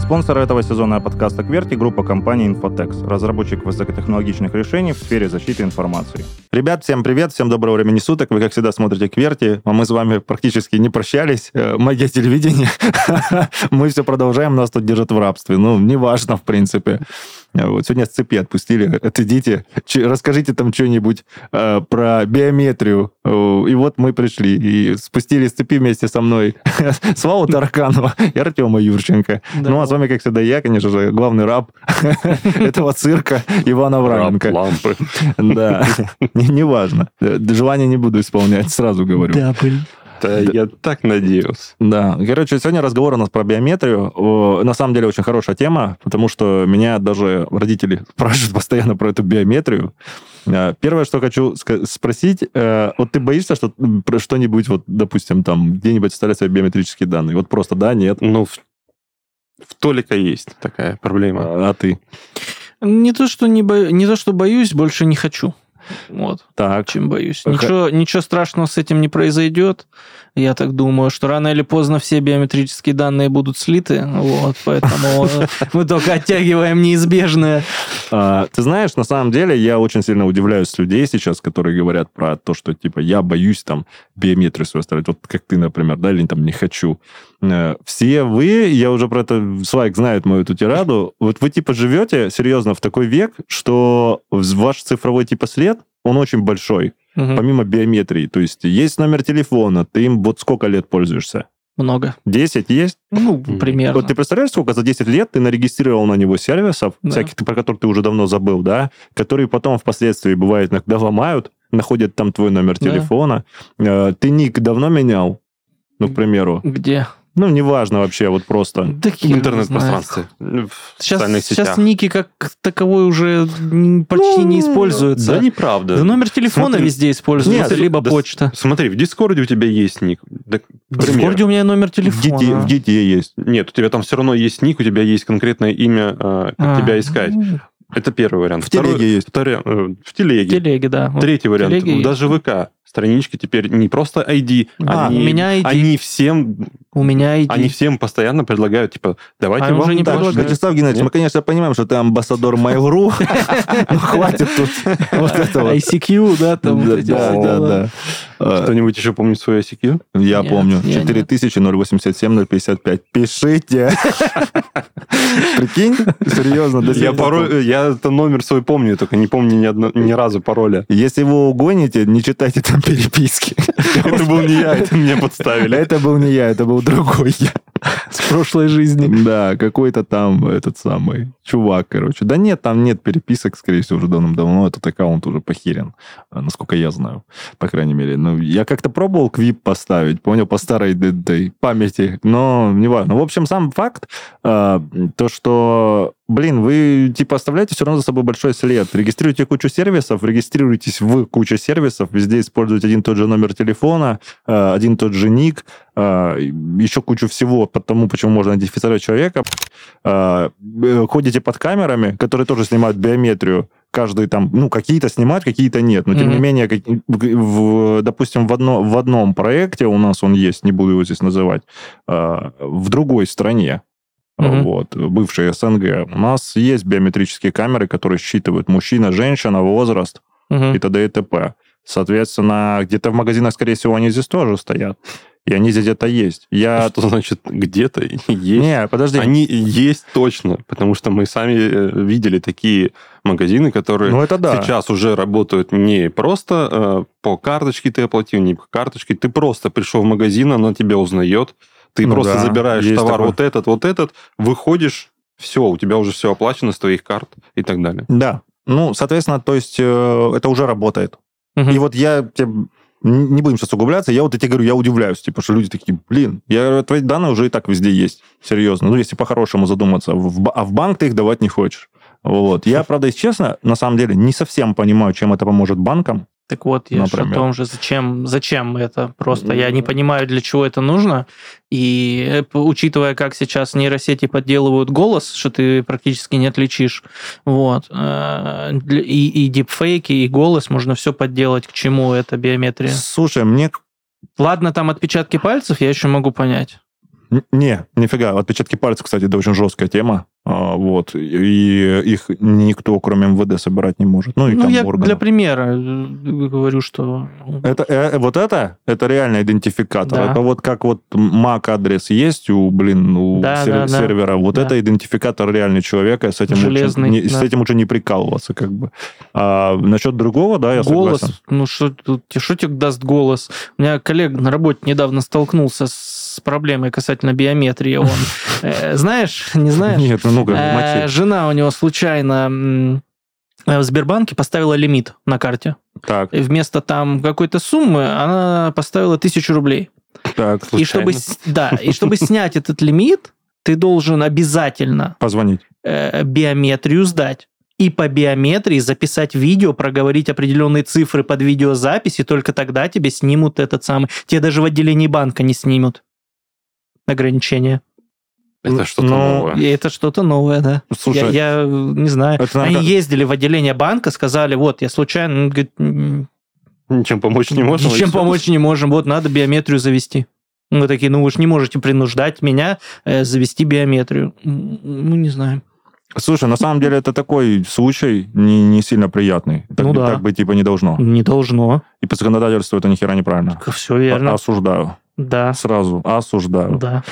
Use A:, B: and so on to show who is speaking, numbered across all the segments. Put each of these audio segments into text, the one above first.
A: Спонсор этого сезона подкаста «Кверти» — группа компании «Инфотекс», разработчик высокотехнологичных решений в сфере защиты информации.
B: Ребят, всем привет, всем доброго времени суток. Вы, как всегда, смотрите «Кверти», а мы с вами практически не прощались. Э, Магия телевидения. Мы все продолжаем, нас тут держат в рабстве. Ну, неважно, в принципе. Э, Вот сегодня с цепи отпустили. Отойдите, Че- расскажите там что-нибудь э, про биометрию. Э, И вот мы пришли и спустили с цепи вместе со мной Славу Тараканова и Артема Юрченко.
C: Да.
B: Ну, а с вами, как всегда, я, конечно же, главный раб этого цирка Иван Авраменко.
D: лампы.
B: Да, Не- неважно. Э, Желание не буду исполнять, сразу говорю.
C: Да, блин.
D: Да, я так надеялся.
B: Да, короче, сегодня разговор у нас про биометрию. О, На самом деле очень хорошая тема, потому что меня даже родители спрашивают постоянно про эту биометрию. Э, Первое, что хочу ска- спросить, э, вот ты боишься, что м, про что-нибудь, вот, допустим, там где-нибудь стали свои биометрические данные? Вот просто да, нет,
D: Ну, в, в Толика есть такая проблема.
B: а а ты?
C: Не то, что не, бо... не то, что боюсь, больше не хочу. Вот,
B: Так,
C: чем боюсь.
B: Ха-
C: Ничего, ничего страшного с этим не произойдет. Я так думаю, что рано или поздно все биометрические данные будут слиты. Вот, поэтому э, мы только оттягиваем неизбежное.
B: А, Ты знаешь, на самом деле я очень сильно удивляюсь людей сейчас, которые говорят про то, что типа я боюсь там биометрию свою оставлять, вот как ты, например, да, или там не хочу. Э, Все вы, я уже про это, Слайк знает мою эту тираду, вот вы типа живете серьезно в такой век, что вз- ваш цифровой типа след, он очень большой,
C: Мгм.
B: помимо биометрии. То есть есть номер телефона, ты им вот сколько лет пользуешься?
C: Много.
B: 10 есть?
C: Ну,
D: Мгм.
C: примерно.
B: Вот ты представляешь, сколько за 10 лет ты нарегистрировал на него сервисов,
C: Да.
B: всяких, про которые ты уже давно забыл, да, которые потом впоследствии, бывает, иногда ломают, находят там твой номер
C: Да.
B: телефона. Э, Ты ник давно менял? Ну, к примеру.
C: Где?
B: Ну, неважно вообще, вот просто.
C: Да
D: В
C: хер его знает.
D: интернет-пространстве. ну, В
C: Сейчас,
D: социальных
C: сейчас
D: сетях. Ну,
C: ники как таковой уже н- почти не Ну, используются.
D: Да неправда.
C: Да номер телефона
D: Смотри.
C: везде используется,
D: Нет,
C: либо
D: да с-
C: почта.
D: Смотри, в Дискорде у тебя есть ник. Да, к
C: В
D: примеру.
C: Дискорде у меня номер
B: В детей,
C: телефона.
B: в детей есть.
D: Нет, у тебя там все равно есть ник, у тебя есть конкретное имя, э, как
C: А.
D: тебя искать. Это первый вариант.
B: В телеге есть.
D: второй- э, в
C: В
D: телеге.
C: телеге, да. Вот.
D: Третий вариант.
C: телеге есть.
D: Даже ВК. Странички теперь не просто ID,
C: А,
D: они,
C: у меня ID.
D: они всем
C: У меня ID.
D: Они всем постоянно предлагают, типа, давайте
C: А им
D: вам
C: уже не
D: дашь.
B: Так,
C: предлагают.
B: Вячеслав Геннадьевич, мы,
D: Нет.
B: конечно, понимаем, что ты амбассадор Mail.ru, но хватит тут вот этого.
C: ICQ, да, там. вот
B: Да,
C: эти все
B: да,
C: дела.
B: да. Э,
D: Кто-нибудь еще помнит свой ICQ?
B: Я
C: Нет,
B: помню.
C: я нет.
B: 4087-055. Пишите. Прикинь, серьезно. до сих
D: Я
B: пор
D: пароль, я это номер свой помню, только не помню ни, одно- ни разу пароля.
B: Если вы угоните, не читайте там переписки.
D: Это был не я, это меня подставили.
B: Это был не я, это был другой я.
C: С прошлой жизни.
B: Да, какой-то там этот самый чувак, короче. Да нет, там нет переписок, скорее всего, уже давным-давно. Этот аккаунт уже похерен, э, насколько я знаю, по крайней мере. Ну, я как-то пробовал квип поставить, понял, по старой д- д- памяти, но неважно. В общем, сам факт, э, то, что, блин, вы, типа, оставляете все равно за собой большой след. Регистрируйте кучу сервисов, регистрируйтесь в кучу сервисов, везде используете один и тот же номер телефона, э, один и тот же ник, а, еще кучу всего по тому, почему можно идентифицировать человека. А, э, Ходите под камерами, которые тоже снимают биометрию. Каждый там, ну, какие-то снимают, какие-то нет. Но, тем не
C: Мгм.
B: менее, как- в- в- допустим, в, одно, в одном проекте у нас он есть, не буду его здесь называть, а, в другой стране,
C: Мгм.
B: вот, бывшей СНГ, у нас есть биометрические камеры, которые считывают мужчина, женщина, возраст,
C: Мгм.
B: и т.д. и т.п. Соответственно, где-то в магазинах, скорее всего, они здесь тоже стоят. И они здесь где-то есть. Я...
D: А что значит где-то есть?
B: Не, подожди.
D: Они есть точно, потому что мы сами э, видели такие магазины, которые
B: Ну, это да.
D: сейчас уже работают не просто э, по карточке ты оплатил, не по карточке, ты просто пришел в магазин, она тебя узнает, ты
B: Ну
D: просто
B: да,
D: забираешь
B: есть
D: товар
B: такое.
D: вот этот, вот этот, выходишь, все, у тебя уже все оплачено с твоих карт и так далее.
B: Да. Ну, соответственно, то есть э, это уже работает.
C: Мгм.
B: И вот я тебе... м, Не будем сейчас углубляться. Я вот я тебе говорю, я удивляюсь, типа, что люди такие, блин, я, твои данные уже и так везде есть. Серьезно. Ну, если по-хорошему задуматься. В ба- а в банк ты их давать не хочешь. Вот. Я, правда, если честно, на самом деле, не совсем понимаю, чем это поможет банкам.
C: Так вот, я же о
B: Например.
C: том же, зачем, зачем это просто. Я не понимаю, для чего это нужно. И э, п- учитывая, как сейчас нейросети подделывают голос, что ты практически не отличишь, вот, э, для- и, и дипфейки, и голос, можно все подделать, к чему это биометрия.
B: Слушай, мне
C: Ладно, там отпечатки пальцев я еще могу понять.
B: Н- Не, нифига. Отпечатки пальцев, кстати, это очень жесткая тема. А, вот. И их никто, кроме МВД, собирать не может. Ну, и
C: Ну,
B: там
C: я
B: органов.
C: для примера э, говорю, что...
B: Это, э, вот это, это реально идентификатор.
C: Да.
B: Это вот как вот MAC-адрес есть у, блин, у
C: Да,
B: сер-
C: да, да.
B: сервера. Вот
C: Да.
B: это идентификатор реально человека. С этим,
C: Железный,
B: лучше, не, с
C: да.
B: этим лучше не прикалываться, как бы. А насчет другого, да, я
C: голос.
B: согласен.
C: Ну, что тут что тебе даст голос? У меня коллега на работе недавно столкнулся с проблемой касательно биометрии. Он, э, знаешь, не знаешь?
B: Нет, ну, ну-ка,
C: Э,
B: мочи.
C: Жена у него случайно м, э, в Сбербанке поставила лимит на карте.
B: Так,
C: И вместо там какой-то суммы она поставила тысячу рублей.
B: так,
C: И чтобы, с- да, и чтобы снять этот лимит, ты должен обязательно
B: позвонить.
C: э, биометрию сдать. И по биометрии записать видео, проговорить определенные цифры под видеозапись, и только тогда тебе снимут этот самый... Тебе даже в отделении банка не снимут ограничения.
D: Это что-то
B: Ну,
D: новое.
C: И это что-то новое, да. Я,
B: Слушай,
C: я, э, не знаю.
B: это надо-
C: Они ездили в отделение банка, сказали, вот, я случайно... Он говорит, «М,
D: Ничем помочь не можем. и
C: Ничем
D: всё.
C: помочь не можем, вот, надо биометрию завести. Мы такие, ну вы же не можете принуждать меня э, завести биометрию. М, Ну, не знаю.
B: Слушай, на самом деле это такой случай не, не сильно приятный. Так,
C: Ну
B: бы-
C: да.
B: так быть типа не должно.
C: Не должно. А,
B: И по законодательству это нихера неправильно.
C: Все верно.
B: Осуждаю.
C: Да.
B: Сразу осуждаю.
C: Да.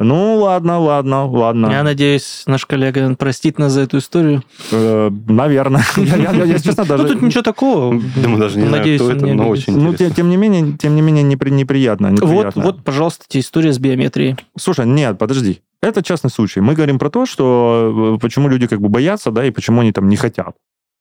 B: Ну, ладно, ладно, ладно.
C: Я надеюсь, наш коллега простит нас за эту историю.
B: Э, наверное. Я, я- я, если честно, даже...
C: Ну, тут ничего такого.
D: Да мы даже не
C: Надеюсь,
D: знаем,
C: он
D: кто
C: не
D: это, но
C: обидится.
D: очень
B: Ну, те-
D: интересно.
B: тем, не менее, тем не менее, непри- неприятно,
C: Вот,
B: неприятно.
C: вот, пожалуйста, тебе история с биометрией.
B: Слушай, нет, подожди. Это частный случай. Мы говорим про то, что э, почему люди как бы боятся, да, и почему они там не хотят.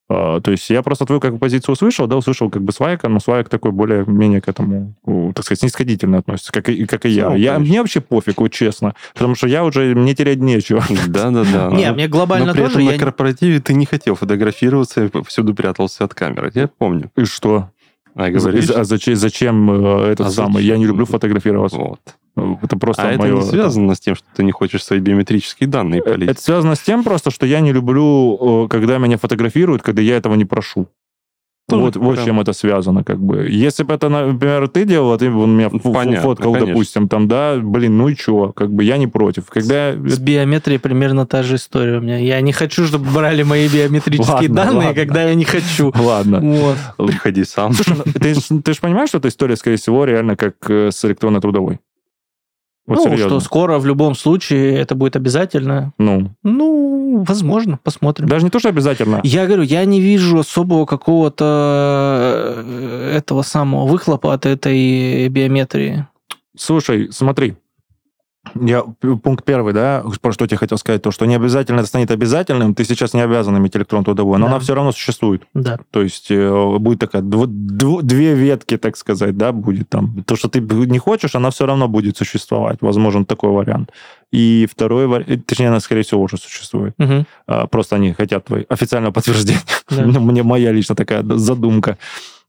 B: А, То есть я просто твою как бы позицию услышал, да, услышал как бы Свайка, но Свайк такой более-менее к этому, у, так сказать, снисходительно относится, как и, как и я.
D: Ну,
B: я.
D: конечно.
B: Мне вообще пофиг, вот честно, потому что я уже, мне терять нечего. А,
D: Да-да-да.
C: Не,
D: Ну,
C: мне
D: Но
C: глобально
D: при
C: тоже
D: этом
C: я
D: на
C: не-
D: корпоративе ты не хотел фотографироваться, и всюду прятался от камеры. Я помню.
B: И что?
D: А я говорю,
B: Говоришь? А зачем, зачем э, этот
D: А
B: самый?
D: зачем?
B: Я не люблю фотографироваться.
D: вот.
B: Это просто
D: А это Э,
B: моё-
D: не связано с тем, что ты не хочешь свои биометрические данные полить.
B: Это связано с тем просто, что я не люблю, э, когда меня фотографируют, когда я этого не прошу.
D: Тоже
B: вот вот с
D: прям-
B: чем это связано, как бы. Если бы это, например, ты делал, ты бы меня фу- фу-
D: Понятно,
B: фоткал,
D: конечно.
B: допустим, там, да, блин, ну и чё, как бы я не против. Когда...
C: С биометрией примерно та же история у меня. Я не хочу, чтобы брали мои биометрические
B: Ладно,
C: данные,
B: ладно.
C: когда я не хочу.
B: Ладно.
C: Вот.
D: Приходи сам.
B: Слушай, ну, ты ж- ты же понимаешь, что эта история, скорее всего, реально как э, с электронной трудовой? Вот
C: ну,
B: серьезно.
C: что скоро в любом случае это будет обязательно.
B: Ну,
C: Ну, возможно, посмотрим.
B: даже не то, что обязательно.
C: Я говорю, я не вижу особого какого-то э, этого самого выхлопа от этой биометрии.
B: Слушай, смотри. Я, п- пункт первый, да, про что я хотел сказать, то, что не обязательно это станет обязательным, ты сейчас не обязан иметь электронную трудовую, но
C: Да.
B: она все равно существует.
C: Да.
B: То есть э, будет такая, дво- дво- две ветки, так сказать, да, будет там. То, что ты б- не хочешь, она все равно будет существовать. Возможен такой вариант. И второй вариант, точнее, она, скорее всего, уже существует.
C: Мгм.
B: А, Просто они хотят твои официального подтверждения.
C: Да.
B: Ну, Мне моя лично такая задумка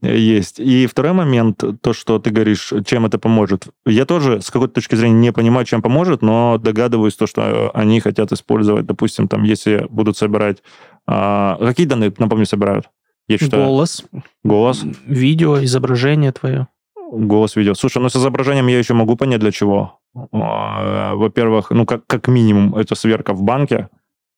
B: есть. И второй момент, то, что ты говоришь, чем это поможет. Я тоже с какой-то точки зрения не понимаю, чем поможет, но догадываюсь то, что они хотят использовать, допустим, там, если будут собирать... а, какие данные, напомню, собирают? Я считаю,
C: Голос,
B: голос,
C: видео, изображение твое.
B: голос, видео. Слушай, ну с изображением я еще могу понять, для чего. А, Во-первых, ну как, как минимум, это сверка в банке,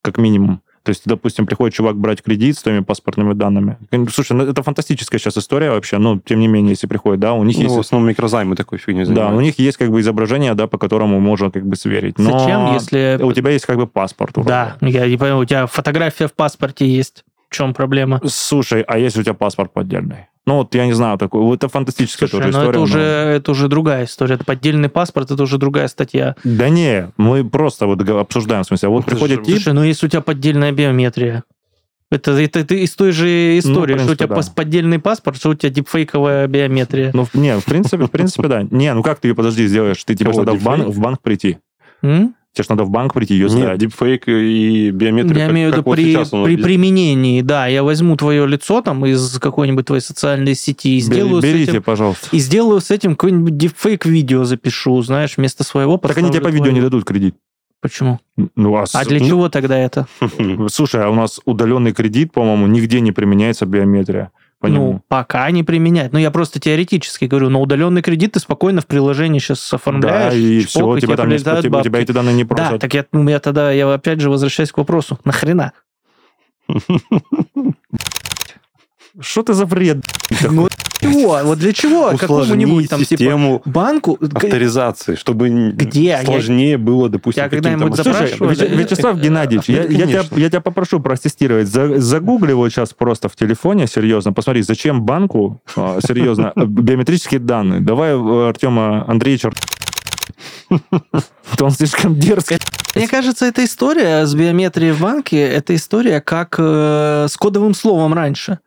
B: как минимум. То есть, допустим, приходит чувак брать кредит с твоими паспортными данными. Слушай, ну это фантастическая сейчас история вообще, но тем не менее, если приходит, да, у них
D: Ну, в
B: есть...
D: основном микрозаймы такой фигней
B: Да, у
D: занимаются.
B: них есть как бы изображение, да, по которому можно как бы сверить. Но
C: Зачем, если...
B: У тебя есть как бы паспорт. вроде.
C: Да, я не понимаю, у тебя фотография в паспорте есть. В чем проблема?
B: Слушай, а если у тебя паспорт поддельный? Ну вот я не знаю, такой, вот это фантастическая
C: Слушай,
B: тоже
C: ну
B: история.
C: это
B: но-
C: уже, это уже другая история. Это поддельный паспорт, это уже другая статья.
B: Да не, мы просто вот г- обсуждаем, в смысле, а вот
D: Это же
B: приходит тип,
C: Слушай, ну если у тебя поддельная биометрия, это, это, это из той же
B: Ну, в
C: истории, что у
B: принципе,
C: тебя
B: да.
C: пас- поддельный паспорт, что у тебя дипфейковая биометрия.
B: Ну, в- не, в принципе, в принципе, да. Не, ну как ты ее, подожди, сделаешь? Ты тебе ж
D: Кого,
B: надо в банк,
D: дефейк?
B: в банк прийти.
C: М?
B: Тебе ж надо в банк прийти, ее
D: Нет,
B: сдать.
D: дипфейк и биометрия.
C: Я
D: как-
C: имею в
D: как
C: виду
D: вот
C: при,
D: сейчас он
C: при
D: объяс-
C: применении, да, я возьму твое лицо там из какой-нибудь твоей социальной сети
B: Бери-
C: и сделаю, с
B: Берите,
C: этим,
B: пожалуйста.
C: и сделаю с этим какой-нибудь дипфейк видео запишу, знаешь, вместо своего.
B: Так они тебе по
C: поставлю
B: видео не
C: твое.
B: дадут кредит.
C: Почему?
B: Ну, а, с-
C: А для
B: ну,
C: чего тогда это?
B: Слушай, а у нас удаленный кредит, по-моему, нигде не применяется биометрия. по нему.
C: Ну, пока не применять. Ну, я просто теоретически говорю, но удаленный кредит ты спокойно в приложении сейчас
B: Да,
C: оформляешь.
B: и
C: чпок,
B: все, у тебя там не
C: прилетают
B: спо- у тебя
C: бабки.
B: эти данные не
C: Да,
B: просят.
C: так я, ну, я тогда, я опять же возвращаюсь к вопросу, нахрена?
B: Что ты за вред?
C: Ну, чего? Вот для чего? Какому-нибудь
D: Усложнить
C: там, типа,
D: систему
C: банку?
D: авторизации, чтобы н-
C: Где я-
D: сложнее было, допустим,
C: Я когда-нибудь
D: каким-то
B: Слушай,
C: Спрашивали.
B: Вяче- Вячеслав Геннадьевич, э, я,
D: Ну,
B: я тебя,
D: конечно.
B: я тебя попрошу протестировать. За- Загугли вот сейчас просто в телефоне, серьезно. Посмотри, зачем банку, а, серьезно, биометрические данные. Давай э, Артема Андреевича... То он слишком дерзкий.
C: Мне кажется, эта история с биометрией в банке, это история как э, с кодовым словом раньше.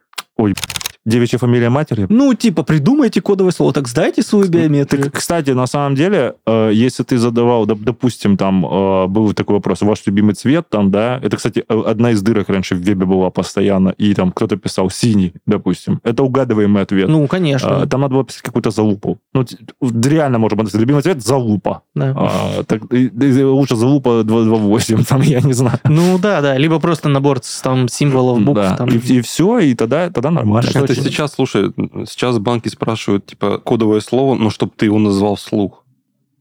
B: Девичья фамилия матери.
C: Ну, типа, придумайте кодовое слово, так сдайте свою биометрию.
B: Ты, кстати, на самом деле, э, если ты задавал, доп- допустим, там э, был такой вопрос, ваш любимый цвет, там, да, это, кстати, э, одна из дырок раньше в вебе была постоянно, и там кто-то писал синий, допустим. Это угадываемый ответ.
C: Ну,
B: А,
C: конечно.
B: Там надо было писать какую-то залупу. Ну, т- реально можно было написать. Любимый цвет – залупа.
C: да.
B: А, так, и- и лучше залупа 228, там, я не знаю.
C: Ну да, да, либо просто набор с, там символов, букв.
B: Да.
C: там.
B: И, все, и тогда, тогда нормально.
C: Так
D: Это
C: Точно.
D: сейчас, слушай, сейчас банки спрашивают, типа, кодовое слово, но чтобы ты его назвал вслух.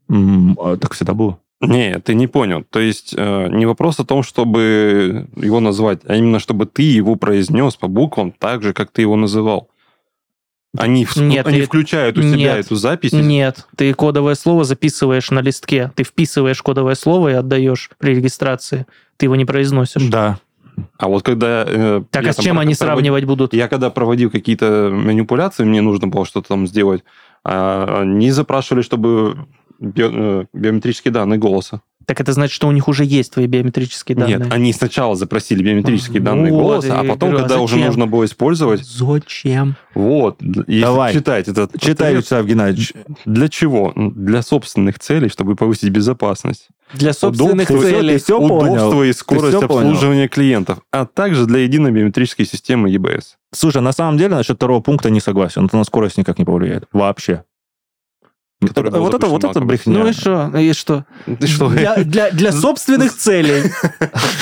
B: М, а, так всегда было.
D: Не, ты не понял. То есть э, не вопрос о том, чтобы его назвать, а именно чтобы ты его произнес по буквам так же, как ты его называл. Они, вс-
C: Нет,
D: они
C: и-
D: включают у себя
C: нет.
D: эту запись. и-
C: Нет, ты кодовое слово записываешь на листке, ты вписываешь кодовое слово и отдаешь при регистрации, ты его не произносишь.
B: Да.
D: А вот когда... э,
C: Так
D: я
C: а с
D: там
C: чем они
D: проводил-
C: сравнивать будут?
D: Я когда проводил какие-то манипуляции, мне нужно было что-то там сделать, а, они запрашивали, чтобы био- э, биометрические данные голоса.
C: Так это значит, что у них уже есть твои биометрические данные.
D: Нет, они сначала запросили биометрические
C: Ну
D: данные
C: вот,
D: голоса, а
C: я
D: потом,
C: говорю, а
D: когда уже
C: зачем?
D: нужно было использовать,
C: Зачем?
D: вот, если
B: Давай.
D: читать этот
B: Читай,
D: ответ,
B: Вячеслав Геннадьевич.
D: для чего? Для собственных целей, чтобы повысить безопасность.
C: Для собственных
B: Удобство.
C: целей.
B: Ты всё
D: Удобство
B: понял?
D: и скорость
B: всё понял?
D: обслуживания клиентов, а также для единой биометрической системы EBS.
B: Слушай, на самом деле, насчет второго пункта не согласен. Это на скорость никак не повлияет. Вообще.
D: Который был
B: вот это,
D: запрещен
B: вот это
D: банком.
B: брехня.
C: Ну и что? И что?
D: Ты что?
C: Для, для- для собственных целей.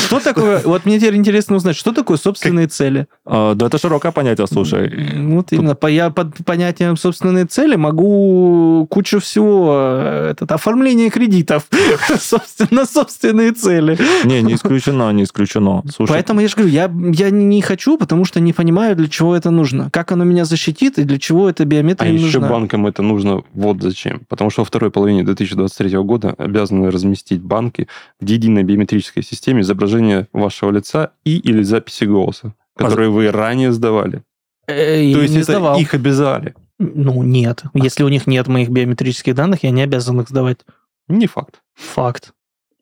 C: Что такое? Вот мне теперь интересно узнать, что такое собственные цели.
B: А, да это широкое понятие, слушай.
C: М, Вот именно. По, я под понятием собственные цели могу кучу всего. э, Этот, оформление кредитов собственно, на собственные цели.
B: Не, не исключено, не исключено. Слушай,
C: Поэтому я же говорю, я, я не хочу, потому что не понимаю, для чего это нужно. Как оно меня защитит и для чего эта
D: А
C: биометрия
D: еще
C: нужна.
D: банкам это нужно вот зачем. Потому что во второй половине 2023 года обязаны разместить банки в единой биометрической системе изображение вашего лица и или записи голоса, которые вы ранее сдавали.
C: Э, я
D: То есть
C: не
D: это
C: сдавал.
D: их обязали.
C: Ну, нет. Если у них нет моих биометрических данных, я не обязан их сдавать.
D: Не факт.
C: Факт.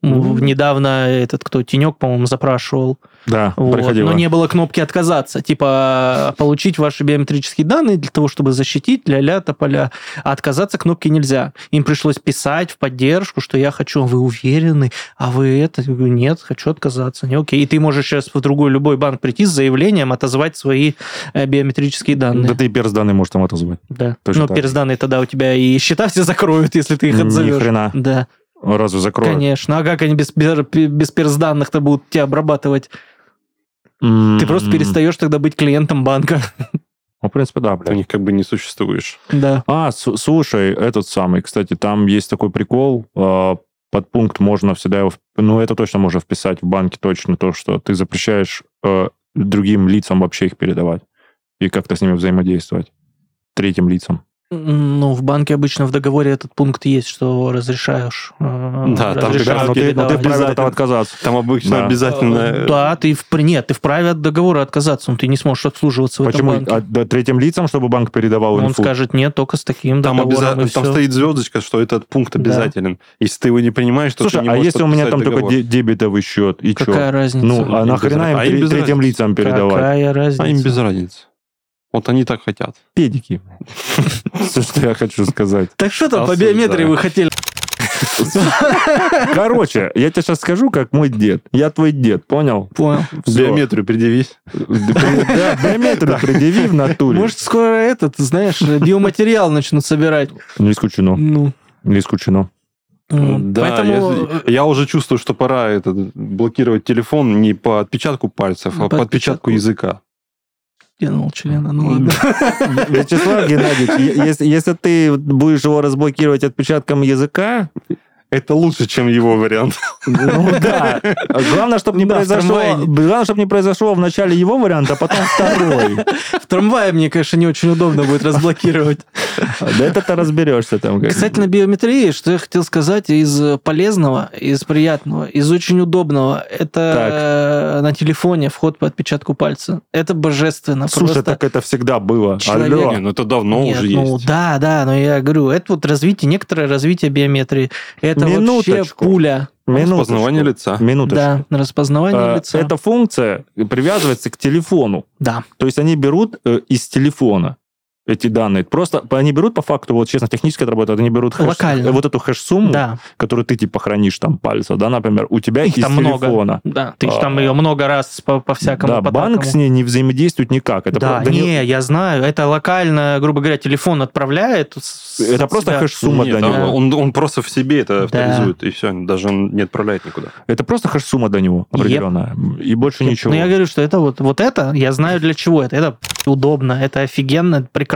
B: Ну.
C: В- Недавно этот кто, Тенек, по-моему, запрашивал.
B: да,
C: Вот.
B: приходило.
C: Но не было кнопки отказаться. Типа, получить ваши биометрические данные для того, чтобы защитить ля-ля, тополя. А отказаться кнопки нельзя. Им пришлось писать в поддержку, что я хочу. А Вы уверены? А вы это? Я говорю, нет, хочу отказаться. Не окей. И ты можешь сейчас в другой любой банк прийти с заявлением отозвать свои э, биометрические данные.
B: Да ты и перс данные можешь там отозвать.
C: Да.
B: Точно
C: Но
B: так же.
C: пересданные тогда у тебя и счета все закроют, если ты их
B: Ни
C: отзовешь.
B: хрена.
C: Да,
B: Разве закроют?
C: конечно. А как они без, пер- пе- без пересданных-то будут тебя обрабатывать?
B: М,
C: Ты просто
B: м.
C: перестаешь тогда быть клиентом банка.
B: Ну, в принципе, да,
D: Ты у
B: блядь.
D: них как бы не существуешь.
C: Да.
B: А, с- слушай, этот самый, кстати, там есть такой прикол, э, под пункт можно всегда его... вп- Ну, это точно можно вписать в банке, точно то, что ты запрещаешь э, другим лицам вообще их передавать и как-то с ними взаимодействовать. Третьим лицам.
C: Ну, в банке обычно в договоре этот пункт есть, что разрешаешь. э,
D: Да, там
C: разрешаешь
D: же как- ну,
B: но ты, но ты
C: передавать.
B: вправе от этого отказаться.
D: Там обычно
B: Да.
D: обязательно...
C: Э,
D: э,
C: Да, ты впр- нет, ты вправе от договора отказаться, но ты не сможешь обслуживаться в
B: Почему?
C: этом банке.
B: А, да, третьим лицам, чтобы банк передавал
C: Он
B: инфу?
C: скажет нет, только с таким
D: а, э, Там,
C: договором.
D: обяза-
C: и
D: там
C: всё.
D: стоит звездочка, что этот пункт
C: Да.
D: обязателен. Если ты его не понимаешь, то ты
B: Слушай,
D: не
B: а
D: можешь
B: если у меня там
D: подписать договор.
B: только де- дебетовый счет, и что?
C: Какая разница?
B: Ну, а
D: Им
B: нахрена
D: без
B: им
D: разницы. А им
B: тре-
D: без
B: третьим
D: разницы.
B: лицам передавать?
C: Какая разница?
D: А им без разницы. Вот они так хотят.
B: Педики. Все, что я хочу сказать.
C: Так что там по
D: Осуждаю.
C: биометрии вы хотели?
B: Короче, я тебе сейчас скажу, как мой дед. Я твой дед, понял?
C: Понял.
B: Всё.
D: Биометрию предъявись.
B: Да, биометрию предъяви в натуре.
C: Может, скоро этот, знаешь, биоматериал начнут собирать.
B: Не исключено,
C: Ну,
B: не исключено.
C: м,
D: Да,
C: Э, поэтому...
D: я, я уже чувствую, что пора этот, блокировать телефон не по отпечатку пальцев, а
C: По
D: по отпечатку
C: отпечатку.
D: языка.
C: Тянул члена, ну ладно.
B: Вячеслав Геннадьевич, е- если, если ты будешь его разблокировать отпечатком языка,
D: Это лучше, чем его вариант.
B: ну да. Главное, чтобы не
C: Да, в
B: произошло,
C: трамвае.
B: главное, чтобы не произошло в начале его варианта, а потом второй.
C: В трамвае мне, конечно, не очень удобно будет разблокировать.
B: Да это ты разберешься там. как-
C: Кстати, на биометрии, что я хотел сказать из э, полезного, из приятного, из очень удобного, это э, на телефоне вход по отпечатку пальца. Это божественно.
B: Слушай,
C: просто.
B: так это всегда было.
C: Человек-
B: Алло.
D: Не, ну это давно
C: Нет,
D: уже
C: ну,
D: есть.
C: Да, да, но я говорю, это вот развитие, некоторое развитие биометрии. Это вообще
B: Минуточку.
C: пуля.
B: Минуточку.
D: Распознавание лица.
B: Минуточку.
C: Да, на распознавание
B: Э,
C: лица.
B: Эта функция привязывается к телефону.
C: Да.
B: То есть они берут э, из телефона эти данные. Просто по- они берут по факту, вот честно, технически это работает, они берут хэш-
C: Локально.
B: э, вот эту хэш-сумму,
C: Да,
B: которую ты типа хранишь там пальца, да, например, у тебя
C: Их
B: из
C: там много.
B: телефона.
C: да. Ты ж
B: А.
C: там ее много раз по, по всякому
B: да,
C: по-такому.
B: банк с ней не взаимодействует никак. Это,
C: да,
B: про- да не-
C: не, я знаю, это локально, грубо говоря, телефон отправляет. с-
B: это
C: от
B: просто
C: себя.
B: хэш-сумма
D: Нет,
B: для
D: а
B: него.
D: он, он просто в себе это
C: Да.
D: авторизует, и все, даже он не отправляет никуда.
B: Это просто хэш-сумма для него
C: Еп.
B: определенная. И больше ничего.
C: Ну, я говорю, что это вот, вот это, я знаю для чего это. Это удобно, это офигенно, это прекрасно.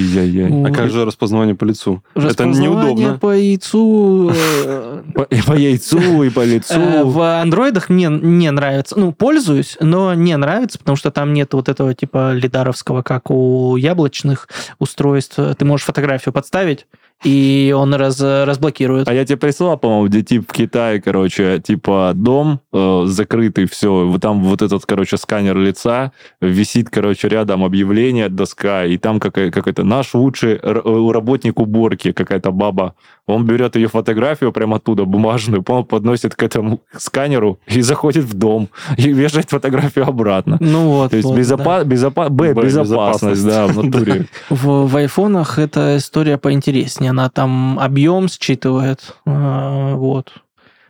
B: Ай-яй-яй.
D: А
C: Ну,
D: как же распознавание по лицу? Это
C: распознавание
D: неудобно.
C: по яйцу... э,
B: По, и по яйцу, и по
C: э,
B: лицу.
C: В андроидах мне не нравится. Ну, пользуюсь, но не нравится, потому что там нет вот этого типа лидаровского, как у яблочных устройств. Ты можешь фотографию подставить, и он раз, разблокирует.
B: А я тебе присылал, по-моему, где тип в Китае, короче, типа дом э, закрытый, все, вот там вот этот, короче, сканер лица, висит, короче, рядом объявление, доска, и там какая- какой-то наш лучший р- э, работник уборки, какая-то баба, он берет ее фотографию прямо оттуда, бумажную, по-моему, подносит к этому сканеру и заходит в дом и вешает фотографию обратно.
C: Ну вот.
B: То есть
C: вот, да.
B: безопа- безопа- Б,
D: Б,
B: безопасность, да, в натуре.
C: В, в айфонах эта история поинтереснее. Она там объем считывает. а, вот.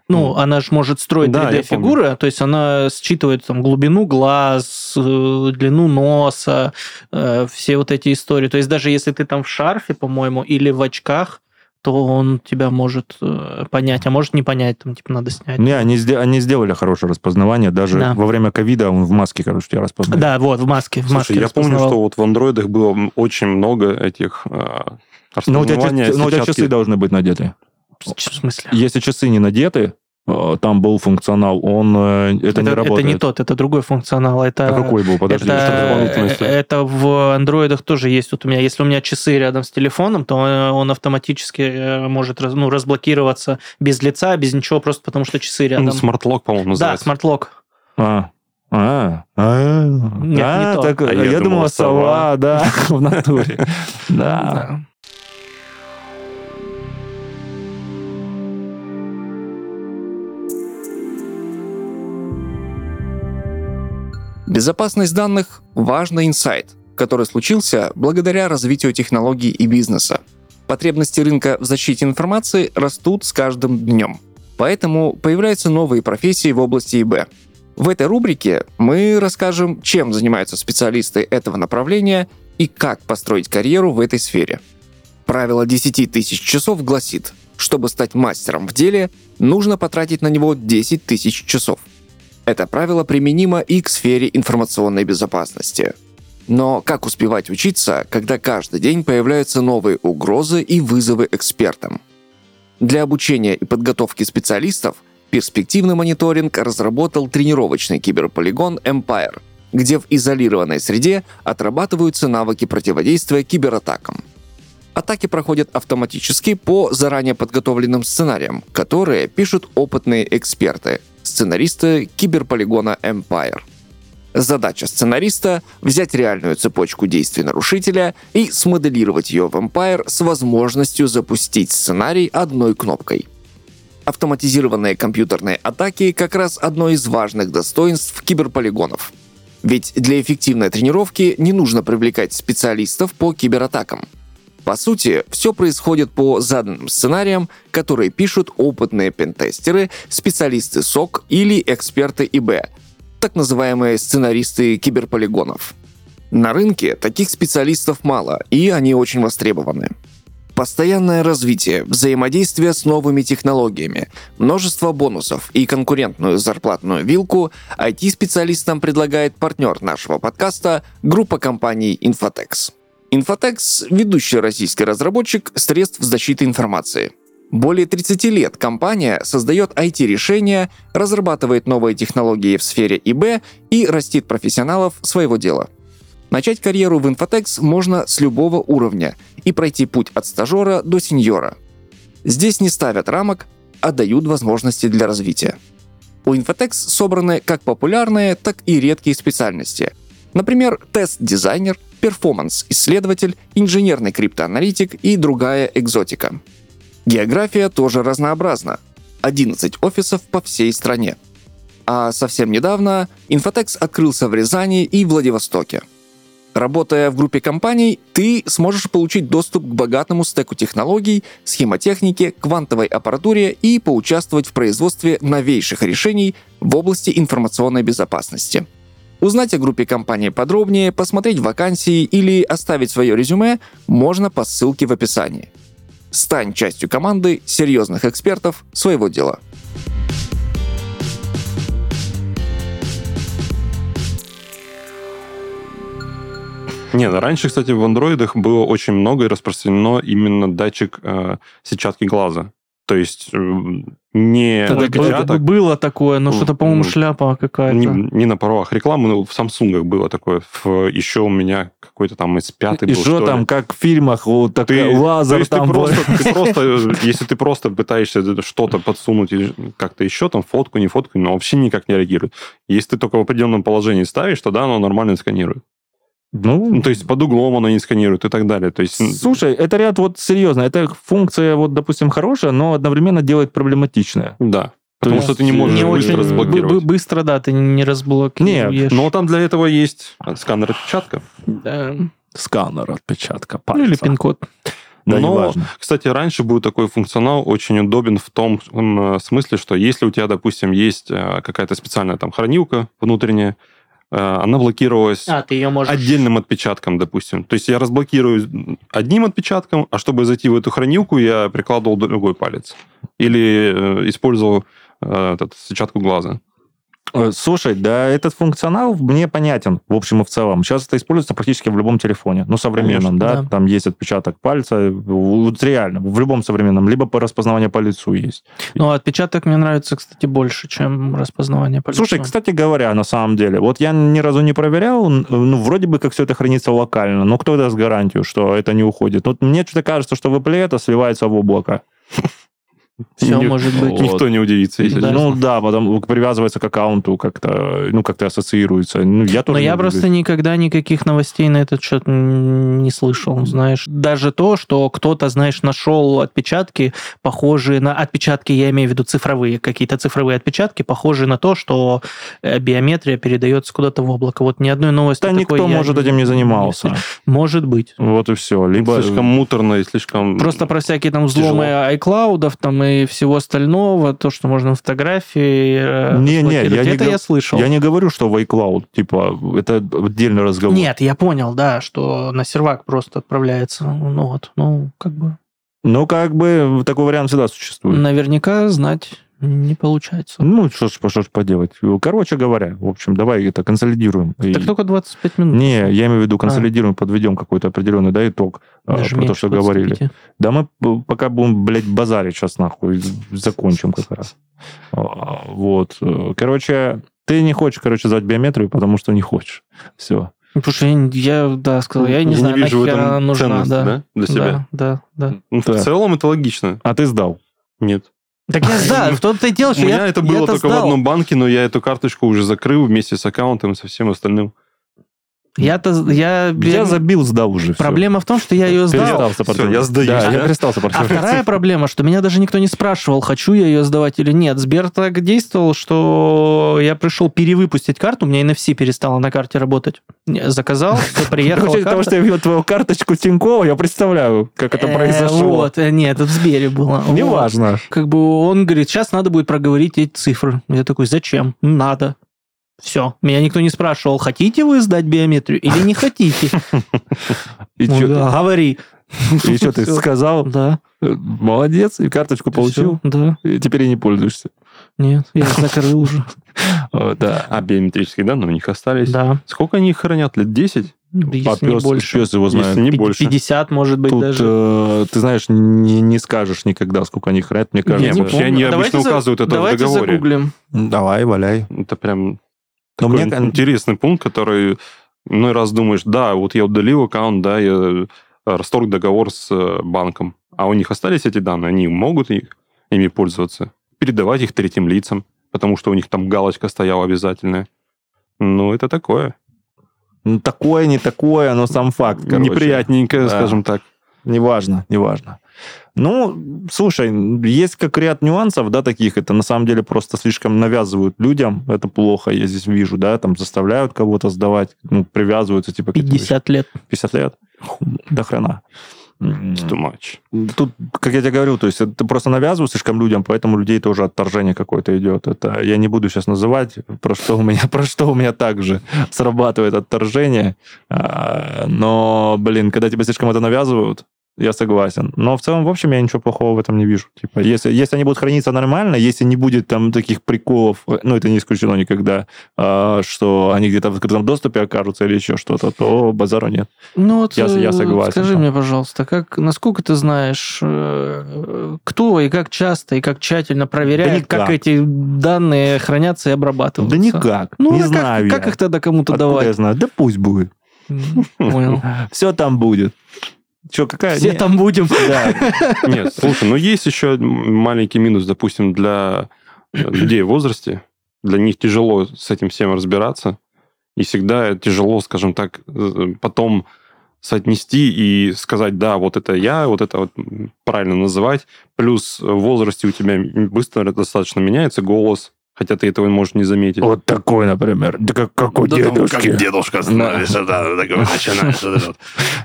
C: Ну, она же может строить
D: Да, я
C: 3D-фигуры, то есть она считывает там глубину глаз, э, длину носа, э, все вот эти истории. То есть даже если ты там в шарфе, по-моему, или в очках, то он тебя может э, понять, а может не понять, там типа надо снять.
B: Не, они, сде- они сделали хорошее распознавание. Даже
C: Да.
B: во время ковида он в маске, короче, тебя распознал.
C: Да, вот, в маске. В маске
D: Слушай, я помню,
C: распознавал.
D: что вот в андроидах было м- очень много этих а,
C: Ну,
B: Но у, тебя,
D: распознавания
B: ча- но у тебя
D: сетчатки.
B: часы должны быть надеты.
C: В смысле?
B: Если часы не надеты, э, там был функционал, он э, это,
C: Это,
B: не
C: это
B: работает.
C: не тот, это другой функционал. Это...
B: А какой был? Подожди,
D: что-то
C: это,
D: дополнительное
C: э,
D: стоит.
C: это в андроидах тоже есть. Вот у меня, если у меня часы рядом с телефоном, то э, он автоматически э, может раз- ну, разблокироваться без лица, без ничего, просто потому что часы рядом.
D: Ну, смарт-лок, по-моему,
C: да,
D: называется.
C: смартлок.
B: А. А, а,
C: Нет,
B: а,
C: не то.
B: так,
D: А
B: я,
D: я
B: думала,
D: думал,
B: сова, да, в натуре. Да.
E: Безопасность данных – важный инсайт, который случился благодаря развитию технологий и бизнеса. Потребности рынка в защите информации растут с каждым днем. Поэтому появляются новые профессии в области ИБ. В этой рубрике мы расскажем, чем занимаются специалисты этого направления и как построить карьеру в этой сфере. Правило 10 тысяч часов гласит, чтобы стать мастером в деле, нужно потратить на него 10 тысяч часов. Это правило применимо и к сфере информационной безопасности. Но как успевать учиться, когда каждый день появляются новые угрозы и вызовы экспертам? Для обучения и подготовки специалистов перспективный мониторинг разработал тренировочный киберполигон Empire, где в изолированной среде отрабатываются навыки противодействия кибератакам. Атаки проходят автоматически по заранее подготовленным сценариям, которые пишут опытные эксперты, сценаристы киберполигона Empire. Задача сценариста – взять реальную цепочку действий нарушителя и смоделировать ее в Empire с возможностью запустить сценарий одной кнопкой. Автоматизированные компьютерные атаки как раз одно из важных достоинств киберполигонов. Ведь для эффективной тренировки не нужно привлекать специалистов по кибератакам. По сути, все происходит по заданным сценариям, которые пишут опытные пентестеры, специалисты СОК или эксперты ИБ, так называемые сценаристы киберполигонов. На рынке таких специалистов мало, и они очень востребованы. постоянное развитие, взаимодействие с новыми технологиями, множество бонусов и конкурентную зарплатную вилку IT-специалистам предлагает партнер нашего подкаста – группа компаний Infotex. Infotex – ведущий российский разработчик средств защиты информации. Более 30 лет компания создает IT-решения, разрабатывает новые технологии в сфере ИБ и растит профессионалов своего дела. Начать карьеру в Infotex можно с любого уровня и пройти путь от стажера до сеньора. Здесь не ставят рамок, а дают возможности для развития. У Infotex собраны как популярные, так и редкие специальности. Например, тест-дизайнер, перформанс-исследователь, инженерный криптоаналитик и другая экзотика. География тоже разнообразна. 11 офисов по всей стране. А совсем недавно Infotex открылся в Рязани и Владивостоке. Работая в группе компаний, ты сможешь получить доступ к богатому стеку технологий, схемотехники, квантовой аппаратуре и поучаствовать в производстве новейших решений в области информационной безопасности. Узнать о группе компаний подробнее, посмотреть вакансии или оставить свое резюме можно по ссылке в описании. Стань частью команды серьезных экспертов своего дела.
D: Не, ну, раньше, кстати, в андроидах было очень много и распространено именно датчик э, сетчатки глаза. То есть э, не
C: Тогда было,
D: отпечаток,
C: было такое, но что-то, по-моему,
D: Э, Ну,
C: шляпа какая-то.
D: не, не на правах рекламы, но в Самсунгах было такое. В- еще у меня какой-то там из пятый
B: И
D: был,
B: что
D: ли.
B: там, как в фильмах, вот такой
D: Ты- То
B: лазер
D: есть ты
B: там. вот.
D: просто, ты просто, если ты просто пытаешься что-то подсунуть или как-то еще, там фотку, не фотку, но вообще никак не реагирует. Если ты только в определенном положении ставишь, тогда оно нормально сканирует. Ну,
B: Ну,
D: то есть под углом оно не сканирует и так далее. То есть
B: слушай, это ряд вот серьезно. Это функция, вот, допустим, хорошая, но одновременно делает проблематичная.
D: да. Потому
B: есть
D: что ты не можешь
C: Не
D: быстро
C: очень- бы-
D: разблокировать.
C: бы- Быстро, да, ты не разблокируешь.
B: Нет,
D: Но там для этого есть а, сканер отпечатков.
C: Да.
B: Сканер отпечатка
C: Ну,
B: пальца.
C: или пин-код.
B: Да,
D: Но-
B: неважно.
D: Кстати, раньше был такой функционал очень удобен в том м, э, смысле, что если у тебя, допустим, есть э, какая-то специальная там хранилка внутренняя, э, она блокировалась
C: А, ты ее можешь...
D: отдельным отпечатком, допустим. То есть я разблокирую одним отпечатком, а чтобы зайти в эту хранилку, я прикладывал другой палец. Или э, использовал э, этот, сетчатку глаза.
B: Э, Слушай, да, этот функционал мне понятен, в общем и в целом. Сейчас это используется практически в любом телефоне, ну, современном,
C: Конечно,
B: да?
C: да.
B: Там есть отпечаток пальца, вот реально, в любом современном, либо по распознаванию по лицу есть.
C: Ну, отпечаток мне нравится, кстати, больше, чем распознавание по
B: Слушай,
C: лицу.
B: кстати говоря, на самом деле, вот я ни разу не проверял, н- ну, вроде бы как все это хранится локально, но кто даст гарантию, что это не уходит? Вот мне что-то кажется, что в Apple это сливается в облако.
C: Все
B: ни-
C: может быть.
B: Вот.
D: Никто не удивится, если
C: Да.
D: честно.
B: Ну да, потом привязывается к аккаунту как-то, ну как-то ассоциируется. Ну я тоже.
C: Но я
B: не
C: просто никогда никаких новостей на этот счет н- не слышал, знаешь. Даже то, что кто-то, знаешь, нашел отпечатки, похожие на отпечатки, я имею в виду цифровые, какие-то цифровые отпечатки, похожие на то, что э, биометрия передается куда-то в облако. Вот ни одной новости
B: Да
C: такой
B: никто,
C: я
B: может, этим не занимался.
C: Может быть.
B: Вот и все. Либо
D: Слишком муторно и слишком...
C: Просто про всякие там взломы iCloud там и всего остального, то, что можно фотографии э,
B: Не-не,
C: разблокировать.
B: я не
C: Это
B: гов-
C: я слышал.
B: я не говорю, что в iCloud, типа, это отдельный разговор.
C: Нет, я понял, да, что на сервак просто отправляется. Ну вот, ну как бы
B: Ну, как бы такой вариант всегда существует.
C: наверняка знать не получается.
B: Ну, что ж, что ж поделать. Короче говоря, в общем, давай это консолидируем. И-
C: Так только 25 минут.
B: Не, я имею в виду консолидируем, подведем какой-то определенный, да, итог а,
C: даже
B: про то,
C: меньше
B: что говорили.
C: 25.
B: Да мы п- пока будем, блядь, базарить сейчас нахуй, з- закончим как раз. А, Вот. э, Короче, ты не хочешь, короче, звать биометрию, потому что не хочешь. Все.
C: Ну, Потому что я, не- я, да, сказал, я не знаю,
D: вижу в
C: нахер она
D: этом
C: нужна,
D: ценность,
C: да.
D: да, для себя.
C: Да, да, да.
D: Ну, В
B: Да.
D: целом это логично.
B: А ты сдал.
D: Нет.
C: Так я знаю, в том-то и дело,
D: У
C: что
D: меня
C: я
D: это было
C: я-то
D: только в
C: сдал.
D: одном банке, но я эту карточку уже закрыл вместе с аккаунтом и со всем остальным.
C: Я-то, я...
B: Я забил, сдал уже. всё.
C: Проблема в том, что я ее сдал,
B: Перестал сопротивляться.
D: я сдаюсь,
B: Да,
D: да?
B: я перестал
C: А
B: сопротивляться.
C: вторая проблема, что меня даже никто не спрашивал, хочу я ее сдавать или нет. Сбер так действовал, что я пришел перевыпустить карту, у меня NFC перестала на карте работать. Не, Заказал, всё, приехала
B: Короче, того,
C: карта.
B: что я видел твою карточку Тинькова, я представляю, как это
C: Э,
B: произошло.
C: Вот, э, нет, это в Сбере было. Вот.
B: Неважно.
C: Как бы он говорит, сейчас надо будет проговорить эти цифры. Я такой, зачем? Надо. Все. Меня никто не спрашивал, хотите вы сдать биометрию или не хотите.
B: И
C: Ну
B: чё-
C: да, Говори.
B: И что ты
C: Всё.
B: сказал?
C: Да.
B: Э, Молодец, и карточку получил,
C: Всё, Да.
B: и теперь и не пользуешься.
C: Нет, я их закрыл уже.
B: Э, Да.
D: А биометрические данные у них остались.
C: Да.
D: Сколько они их хранят? Лет 10?
C: Если не
B: Попёс-
C: больше.
B: пёс его знает.
D: Если не
C: Пи-
D: больше.
C: 50, может быть,
B: Тут,
C: даже.
B: э, ты знаешь, не, не скажешь никогда, сколько они хранят, мне кажется.
D: Не,
C: не
D: вообще
C: помню.
D: они
C: Давайте
D: обычно
C: за-
D: указывают это в
C: Давайте
D: договоре.
C: загуглим.
B: Давай, валяй.
D: Это прям
B: Но
D: такой
B: мне кон-
D: интересный пункт, который ну раз думаешь, да, вот я удалил аккаунт, да, я э, расторг договор с э, банком. А у них остались эти данные, они могут их, ими пользоваться, передавать их третьим лицам, потому что у них там галочка стояла обязательная. Ну, это такое.
B: Ну, такое, не такое, но сам факт, короче.
D: Неприятненько,
B: Да.
D: скажем так.
B: Неважно, неважно. Ну, слушай, есть как ряд нюансов, да, таких. Это на самом деле просто слишком навязывают людям. Это плохо, я здесь вижу, да, там заставляют кого-то сдавать, ну, привязываются, типа... к этим
C: 50 лет.
B: вещам. 50 лет? До хрена. М.
D: It's too much.
B: Тут, как я тебе говорю, то есть это просто навязывают слишком людям, поэтому у людей тоже отторжение какое-то идет. Это я не буду сейчас называть, про что у меня, про что у меня также срабатывает отторжение. А, Но, блин, когда тебе слишком это навязывают, я согласен. Но в целом, в общем, я ничего плохого в этом не вижу. Типа, если, если они будут храниться нормально, если не будет там таких приколов, ну, это не исключено никогда, а, что они где-то в открытом доступе окажутся или еще что-то, то базару нет.
C: Ну вот,
B: Я с- я
C: э,
B: согласен,
C: Скажи
B: да.
C: мне, пожалуйста, как, насколько ты знаешь, э, кто и как часто и как тщательно проверяет,
B: Да никак.
C: как эти данные хранятся и обрабатываются?
B: Да никак.
C: Ну,
B: не
C: а как,
B: знаю
C: как
B: я.
C: их тогда кому-то
B: Откуда я
C: давать?
B: знаю? Да пусть будет.
C: М, Понял.
B: Все там будет. Че, какая?
C: Все
B: не-
C: там будем.
B: Да.
D: Нет, слушай, ну есть еще м- маленький минус, допустим, для э, людей в возрасте. Для них тяжело с этим всем разбираться. И всегда тяжело, скажем так, э, потом соотнести и сказать, да, вот это я, вот это вот м, правильно называть. Плюс в возрасте у тебя м- быстро достаточно меняется голос, хотя ты этого можешь не заметить.
B: Вот такой, например. Да как, как у дедушки.
D: дедушка становишься, да, такой начинаешь. вот это вот.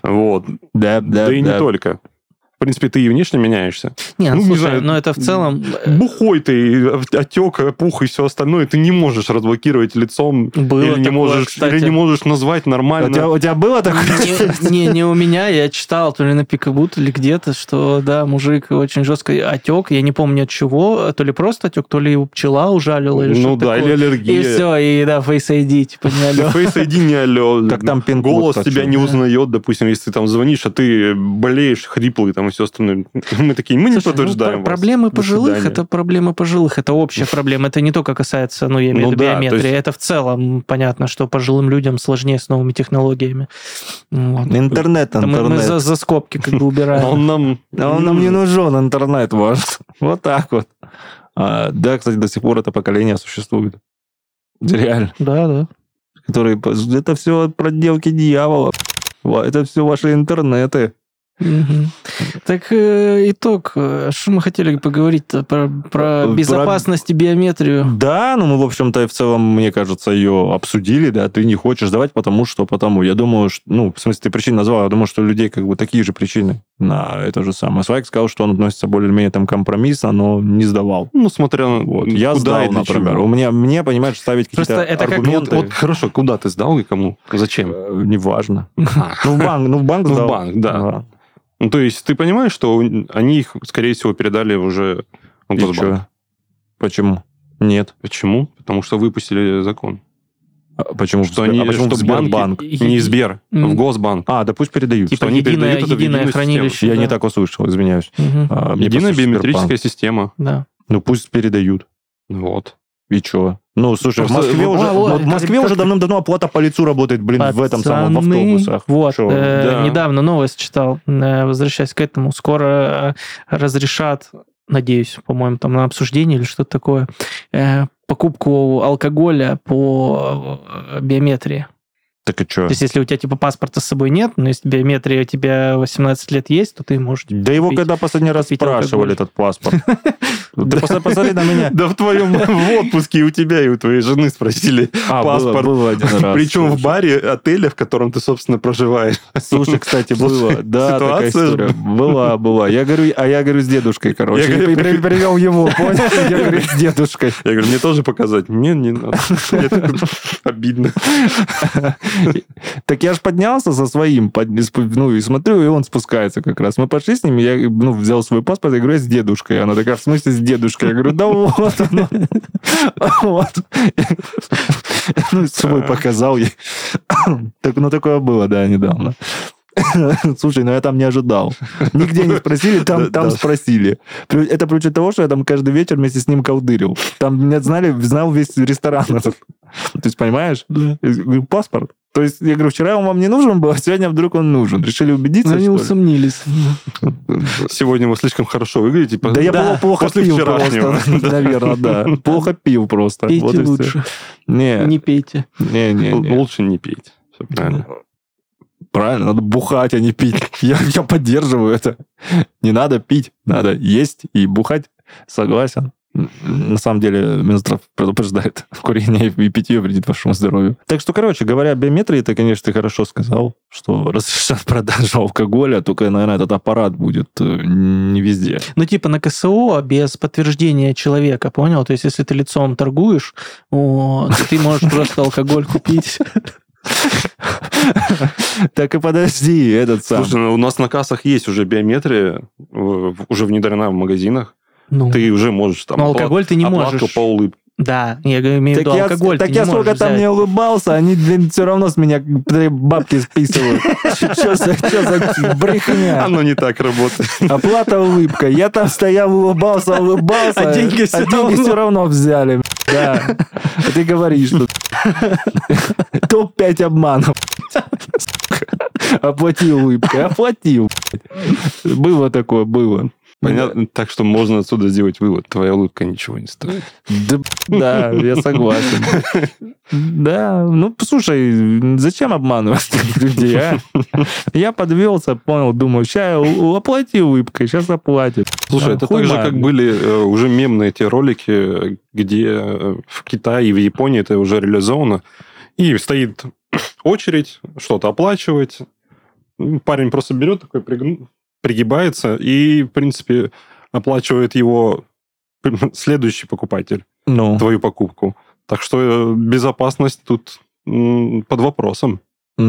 D: Вот.
B: Да, да,
D: Да и не
B: да.
D: только. В принципе, ты и внешне меняешься.
C: Не,
D: Ну,
C: ну,
D: не
C: слушай,
D: знаю.
C: но это в целом... э,
D: бухой ты, отек, пух и все остальное, ты не можешь разблокировать лицом
C: Было
D: или, не
C: такое,
D: можешь,
C: кстати.
D: или не можешь назвать
B: А У тебя,
D: нормально.
B: у тебя было такое?
C: Не, не, не у меня, я читал то ли на Пикабут, или где-то, что, да, мужик очень жестко отек, я не помню от чего, то ли просто отек, то ли его пчела ужалила, или
D: Ну
C: что
D: да, или
C: И
D: аллергия.
C: все, и да, Face ID, типа, не алё.
D: Face ID не алло.
B: Так там пин-код
D: Голос
B: торчит.
D: тебя не
C: Да.
D: узнает, допустим, если ты там звонишь, а ты болеешь, хриплый там и все остальное. Мы такие, мы не
C: Слушай, ну,
D: подтверждаем
C: про-
D: вас.
C: Проблемы
D: До
C: пожилых
D: свидания.
C: это проблемы пожилых, это общая проблема. Это не только касается, ну, я имею
D: Ну
C: в виду
D: да,
C: биометрии.
D: то есть-
C: Это в целом понятно, что пожилым людям сложнее с новыми технологиями. Вот.
B: Интернет,
C: Это мы, мы за,
B: интернет.
C: за скобки как бы
D: А
C: убираем.
D: Он нам...
B: А Он нам не нужен, интернет ваш. Вот так вот. А, Да, кстати, до сих пор это поколение существует. Реально.
C: Да, да.
B: Которые... по- Это все проделки дьявола. Ва- Это все ваши интернеты.
C: Мгм. Так э, итог. Э, Что мы хотели поговорить-то про, про
B: Про-
C: безопасность и биометрию?
B: Да, ну мы, в общем-то, и в целом, мне кажется, ее обсудили, да, ты не хочешь давать, потому что, потому. Я думаю, что, ну, в смысле, ты причины назвал, я думаю, что у людей как бы такие же причины на это же самое. Свайк сказал, что он относится более-менее там компромиссно, но не сдавал.
D: Ну, смотря на...
B: Вот. Я
D: куда
B: сдал,
D: и для чего.
B: например. У меня, мне, понимаешь, ставить
C: Просто
B: какие-то
C: это как
B: аргументы...
D: Вот хорошо, куда ты сдал и кому? Зачем?
B: э, Неважно.
D: А.
B: Ну, в банк, ну, в банк
D: Ну, в
B: сдал.
D: банк, да.
B: Да.
D: Ну, то есть ты понимаешь, что у- они их, скорее всего, передали уже Ну, в
B: И
D: Госбанк?
B: чё? Почему? Нет.
D: Почему? Потому что выпустили закон.
B: А Почему? в
D: Что
B: Сбер-
D: они,
B: а почему в
D: что
B: Сбербанк?
D: банки, не Сбер,
C: Мгм.
D: в Госбанк.
B: А, да пусть передают.
C: Типа
D: что они
C: единое,
D: передают это в
C: единое
D: единую
C: хранилище.
B: Я
C: да.
B: не так услышал, извиняюсь.
C: Мгм.
B: А, мне просто
D: Единая
B: Сбербанк.
D: биометрическая система.
C: Да.
B: Ну пусть передают.
D: Вот.
B: И чё? Ну, слушай,
D: Просто-
B: в Москве
D: вот-
B: уже,
C: а, вот,
B: ну, в
C: как-
B: Москве
C: как
B: уже
C: ты-
B: давным-давно оплата по лицу работает, блин, в этом самом, в
C: Пацаны,
B: автобусах.
C: Вот,
B: Чё?
C: э,
D: Да.
C: недавно новость читал, э, возвращаясь к этому, скоро э, разрешат, надеюсь, по-моему, там на обсуждение или что-то такое, э, покупку алкоголя по э, биометрии.
B: Так и чё?
C: То есть, если у тебя типа паспорта с собой нет, но если биометрия у тебя 18 лет есть, то ты можешь...
B: Да его
C: купить-
B: когда последний раз
C: купить
B: спрашивали
C: алкоголь.
B: этот паспорт? Да.
A: Ты посмотри, посмотри на меня.
D: Да в твоем в отпуске и у тебя, и у твоей жены спросили.
B: А, было-
D: паспорт.
B: было один раз,
D: Причем в
B: слушай.
D: баре отеля, в котором ты, собственно, проживаешь.
B: Слушай, кстати, было.
D: Слушай,
B: Да, такая
D: ситуация
B: история. Была, была. Я говорю, а я говорю с дедушкой, короче.
D: Я говорю,
B: И при- при- привел его, понял? Я говорю, с дедушкой.
D: Я говорю, мне тоже показать? Мне не надо. Я такой, Обидно.
B: Так я же поднялся со своим, под- ну, и смотрю, и он спускается как раз. Мы пошли с ним, я ну, взял свой паспорт, я говорю, я с дедушкой. Она такая, в смысле с дедушкой? Я говорю, да вот оно. Вот. Ну, и свой показал ей. Так, ну, такое было, да, недавно. Слушай, ну я там не ожидал. Нигде не спросили, там,
D: Да,
B: там
D: да.
B: спросили. При- Это при учете того, что я там каждый вечер вместе с ним колдырил. Там меня знали, знал весь ресторан этот. То есть, понимаешь? Я говорю, Паспорт. То есть, я говорю, вчера он вам не нужен был, а сегодня вдруг он нужен. Решили убедиться,
C: Ну, Они
B: что ли?
C: усомнились.
D: Сегодня вы слишком хорошо выглядите.
B: Да я плохо, плохо
D: после
B: пил
D: вчерашнего.
B: просто. Наверное, да. Плохо пил просто.
C: Пейте
B: Вот и всё.
C: лучше.
B: Не,
C: Не пейте.
B: не, не.
D: Л-
B: не.
D: Лучше не пить. Все правильно.
B: Правильно, надо бухать, а не пить. Я, я поддерживаю это. Не надо пить, надо есть и бухать. Согласен. М, На самом деле, Минздрав предупреждает, курение и питье вредит вашему здоровью. Так что, короче говоря, о биометрии, ты, конечно, ты хорошо сказал, что разрешат продажу алкоголя, только, наверное, этот аппарат будет э, не везде.
C: Ну, типа на КСО без подтверждения человека, понял? То есть, если ты лицом торгуешь, вот, ты можешь просто алкоголь купить.
B: Так и подожди, этот сам.
D: Слушай, ну, у нас на кассах есть уже биометрия, э, в- уже внедрена в магазинах.
C: Ну,
D: Ты уже можешь там...
C: но алкоголь ты не
D: оплатку
C: можешь.
D: по улыбке.
C: Да, я говорю, имею в
B: Так
C: виду
B: я,
C: алкоголь.
B: так
C: ты
B: я
C: ну, не
B: сколько
C: можешь
B: там
C: взять.
B: не улыбался, они, блин, все равно с меня блин, бабки списывают. Что за чё за
C: А
B: брехня?
D: Оно не так работает.
B: Оплата улыбка. Я там стоял, улыбался, улыбался.
C: А деньги всё равно.
B: все равно взяли. Да. А ты говоришь, что топ-5 обманов. Сука. Оплати улыбкой, оплатил. Было такое, было.
D: Понятно? Так что можно отсюда сделать вывод. Твоя улыбка ничего не стоит.
B: Да, да, я согласен. Да, ну, слушай, зачем обманывать людей, а? Я подвелся, понял, думаю, сейчас оплати улыбкой, сейчас оплатит.
D: Слушай,
B: Да,
D: это
B: хуй
D: так же,
B: мам.
D: как были э, уже мемные те ролики, где э, в Китае и в Японии это уже реализовано. И стоит очередь, что-то оплачивать. Ну, Парень просто берет такой, пригн- пригибается и, в принципе, оплачивает его следующий покупатель,
B: Ну,
D: твою покупку. Так что э, безопасность тут м, под вопросом.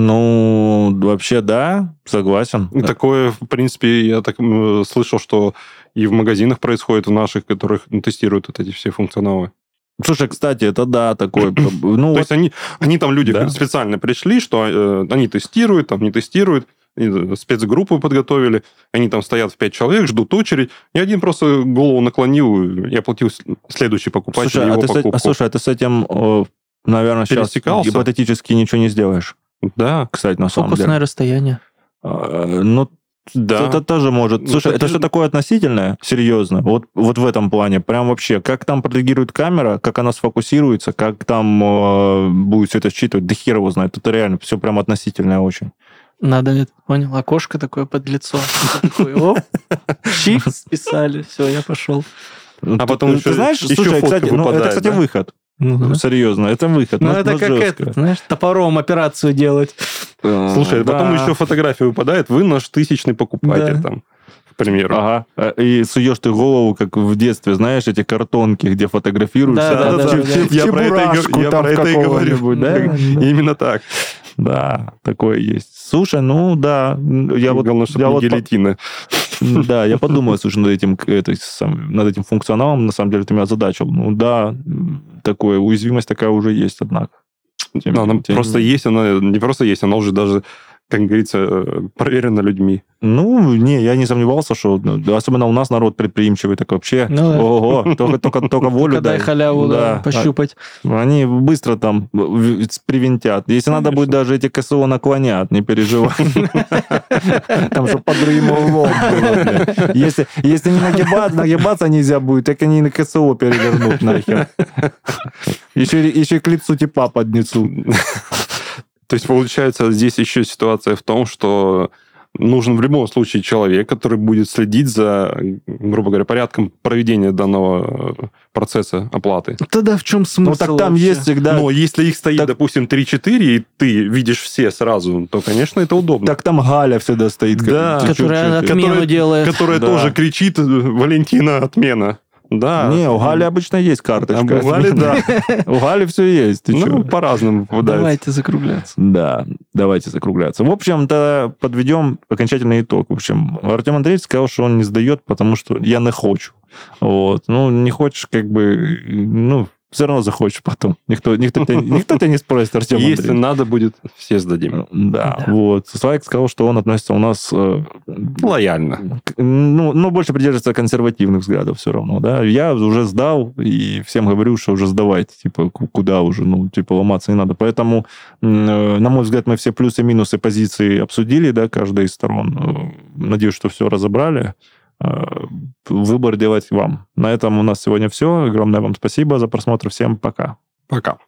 B: ну, вообще, да, согласен.
D: И Такое, в принципе, я так м, слышал, что и в магазинах происходит, в наших, которых ну, тестируют вот эти все функционалы.
B: Слушай, кстати, это да, такое. Ну,
D: То есть они, они там люди
B: Да.
D: специально пришли, что э, они тестируют, там не тестируют, и, э, спецгруппу подготовили, они там стоят в пять человек, ждут очередь, и один просто голову наклонил и оплатил с- следующий покупатель
B: слушай, а
D: его
B: ты, с-
D: покупку.
B: а, слушай, а ты с этим, э, наверное, сейчас
D: Пересекался?
B: гипотетически ничего не сделаешь.
D: Да,
B: Кстати, на самом
C: Фокусное
B: деле.
C: расстояние.
B: Э, Ну,
D: да.
B: Это тоже может.
D: Ну,
B: Слушай,
D: кстати-
B: это что такое относительное? Серьезно. Вот, вот в этом плане. Прям вообще. Как там прореагирует камера, как она сфокусируется, как там э, будет все это считывать. Да хер его знает. Это реально все прям относительное очень.
C: Надо это, понял? Окошко такое под лицо. Такой, оп, чик, списали. Все, я пошел.
B: А
D: потом
B: ты,
D: еще-
B: знаешь,
D: еще
B: слушай,
D: фотка
B: кстати, ну, это,
D: выпадает,
B: кстати,
D: да?
B: выход.
C: Ну, да.
B: Серьезно, это выход.
C: Ну,
B: но-
C: это
B: но
C: как
B: жестко.
C: это, знаешь, топором операцию делать.
D: Слушай,
B: а,
D: а
B: Да.
D: потом еще фотография выпадает, вы наш тысячный покупатель
C: Да.
D: там, к примеру.
B: Ага. Э, И суешь ты голову, как в детстве, знаешь, эти картонки, где фотографируешься.
C: Да, да, да,
B: Чеп-
C: да.
B: чеп-
D: Я про это и гов-
B: чебурашку
D: я
B: там
D: про это и говорю.
B: какого-нибудь, да?
D: Именно так.
B: Да, такое есть. Слушай, ну да, я вот,
D: Главное, чтобы
B: я
D: не
B: вот по-
D: гильотина.
B: да, я подумал, слушай, над этим, к- этой сам- над этим функционалом, на самом деле, ты меня задачил. Ну да, м, такое, уязвимость такая уже есть, однако. Тем
D: Но
B: не-
D: она
B: тем не
D: просто
B: менее.
D: есть, она не просто есть, она уже даже, как говорится, э, проверена людьми.
B: Ну, не, я не сомневался, что ну, да, особенно у нас народ предприимчивый, так вообще,
C: Ну да.
B: ого, только, только, только волю
C: Когда
B: дай.
C: халяву да,
B: Да. А,
C: пощупать.
B: Они быстро там в- в- привинтят. Если надо будет, даже эти КСО наклонят, не переживай. Там же под реймовом было, блядь. Если если не нагибаться, нагибаться нельзя будет, так они и на КСО перевернут нахер. Еще, и- еще и к лицу типа поднесу.
D: То есть, получается, здесь еще ситуация в том, что нужен в любом случае человек, который будет следить за, грубо говоря, порядком проведения данного э, процесса оплаты.
C: Тогда в чем смысл?
B: Ну так там есть всегда...
D: Но если их стоит,
B: Так-
D: допустим, 3-4, и ты видишь все сразу, то, конечно, это удобно.
B: Так там Галя всегда стоит. как-
D: Да.
B: ты чё,
C: Которая
B: чё, ты?
C: отмену
D: Который-
C: делает.
D: Которая
B: Да.
D: тоже кричит э, «Валентина, отмена!» Да.
B: Не, у Гали обычно есть карточка.
D: Там А, у Гали, да.
B: У Гали все есть. Ты чё?
D: ну, по-разному попадается.
C: Давайте закругляться.
B: Да, давайте закругляться. В общем-то, подведем окончательный итог. В общем, Артем Андреевич сказал, что он не сдает, потому что я не хочу. Вот. Ну, не хочешь, как бы, ну, все равно захочешь потом. Никто, никто, тебя, никто тебя не спросит, Артем
D: Если
B: Андреевич.
D: надо будет, все сдадим.
B: Да,
C: Да.
B: вот. Слайк сказал, что он относится у нас э,
D: Лояльно.
B: к- ну, ну, больше придерживается консервативных взглядов все равно, да. Я уже сдал, и всем говорю, что уже сдавайте, типа, ку- куда уже, ну, типа, ломаться не надо. Поэтому, м, э, на мой взгляд, мы все плюсы и минусы позиции обсудили, да, каждая из сторон. Э, Надеюсь, что все разобрали. Э, Выбор делать вам. На этом у нас сегодня все. Огромное вам спасибо за просмотр. Всем пока.
D: Пока.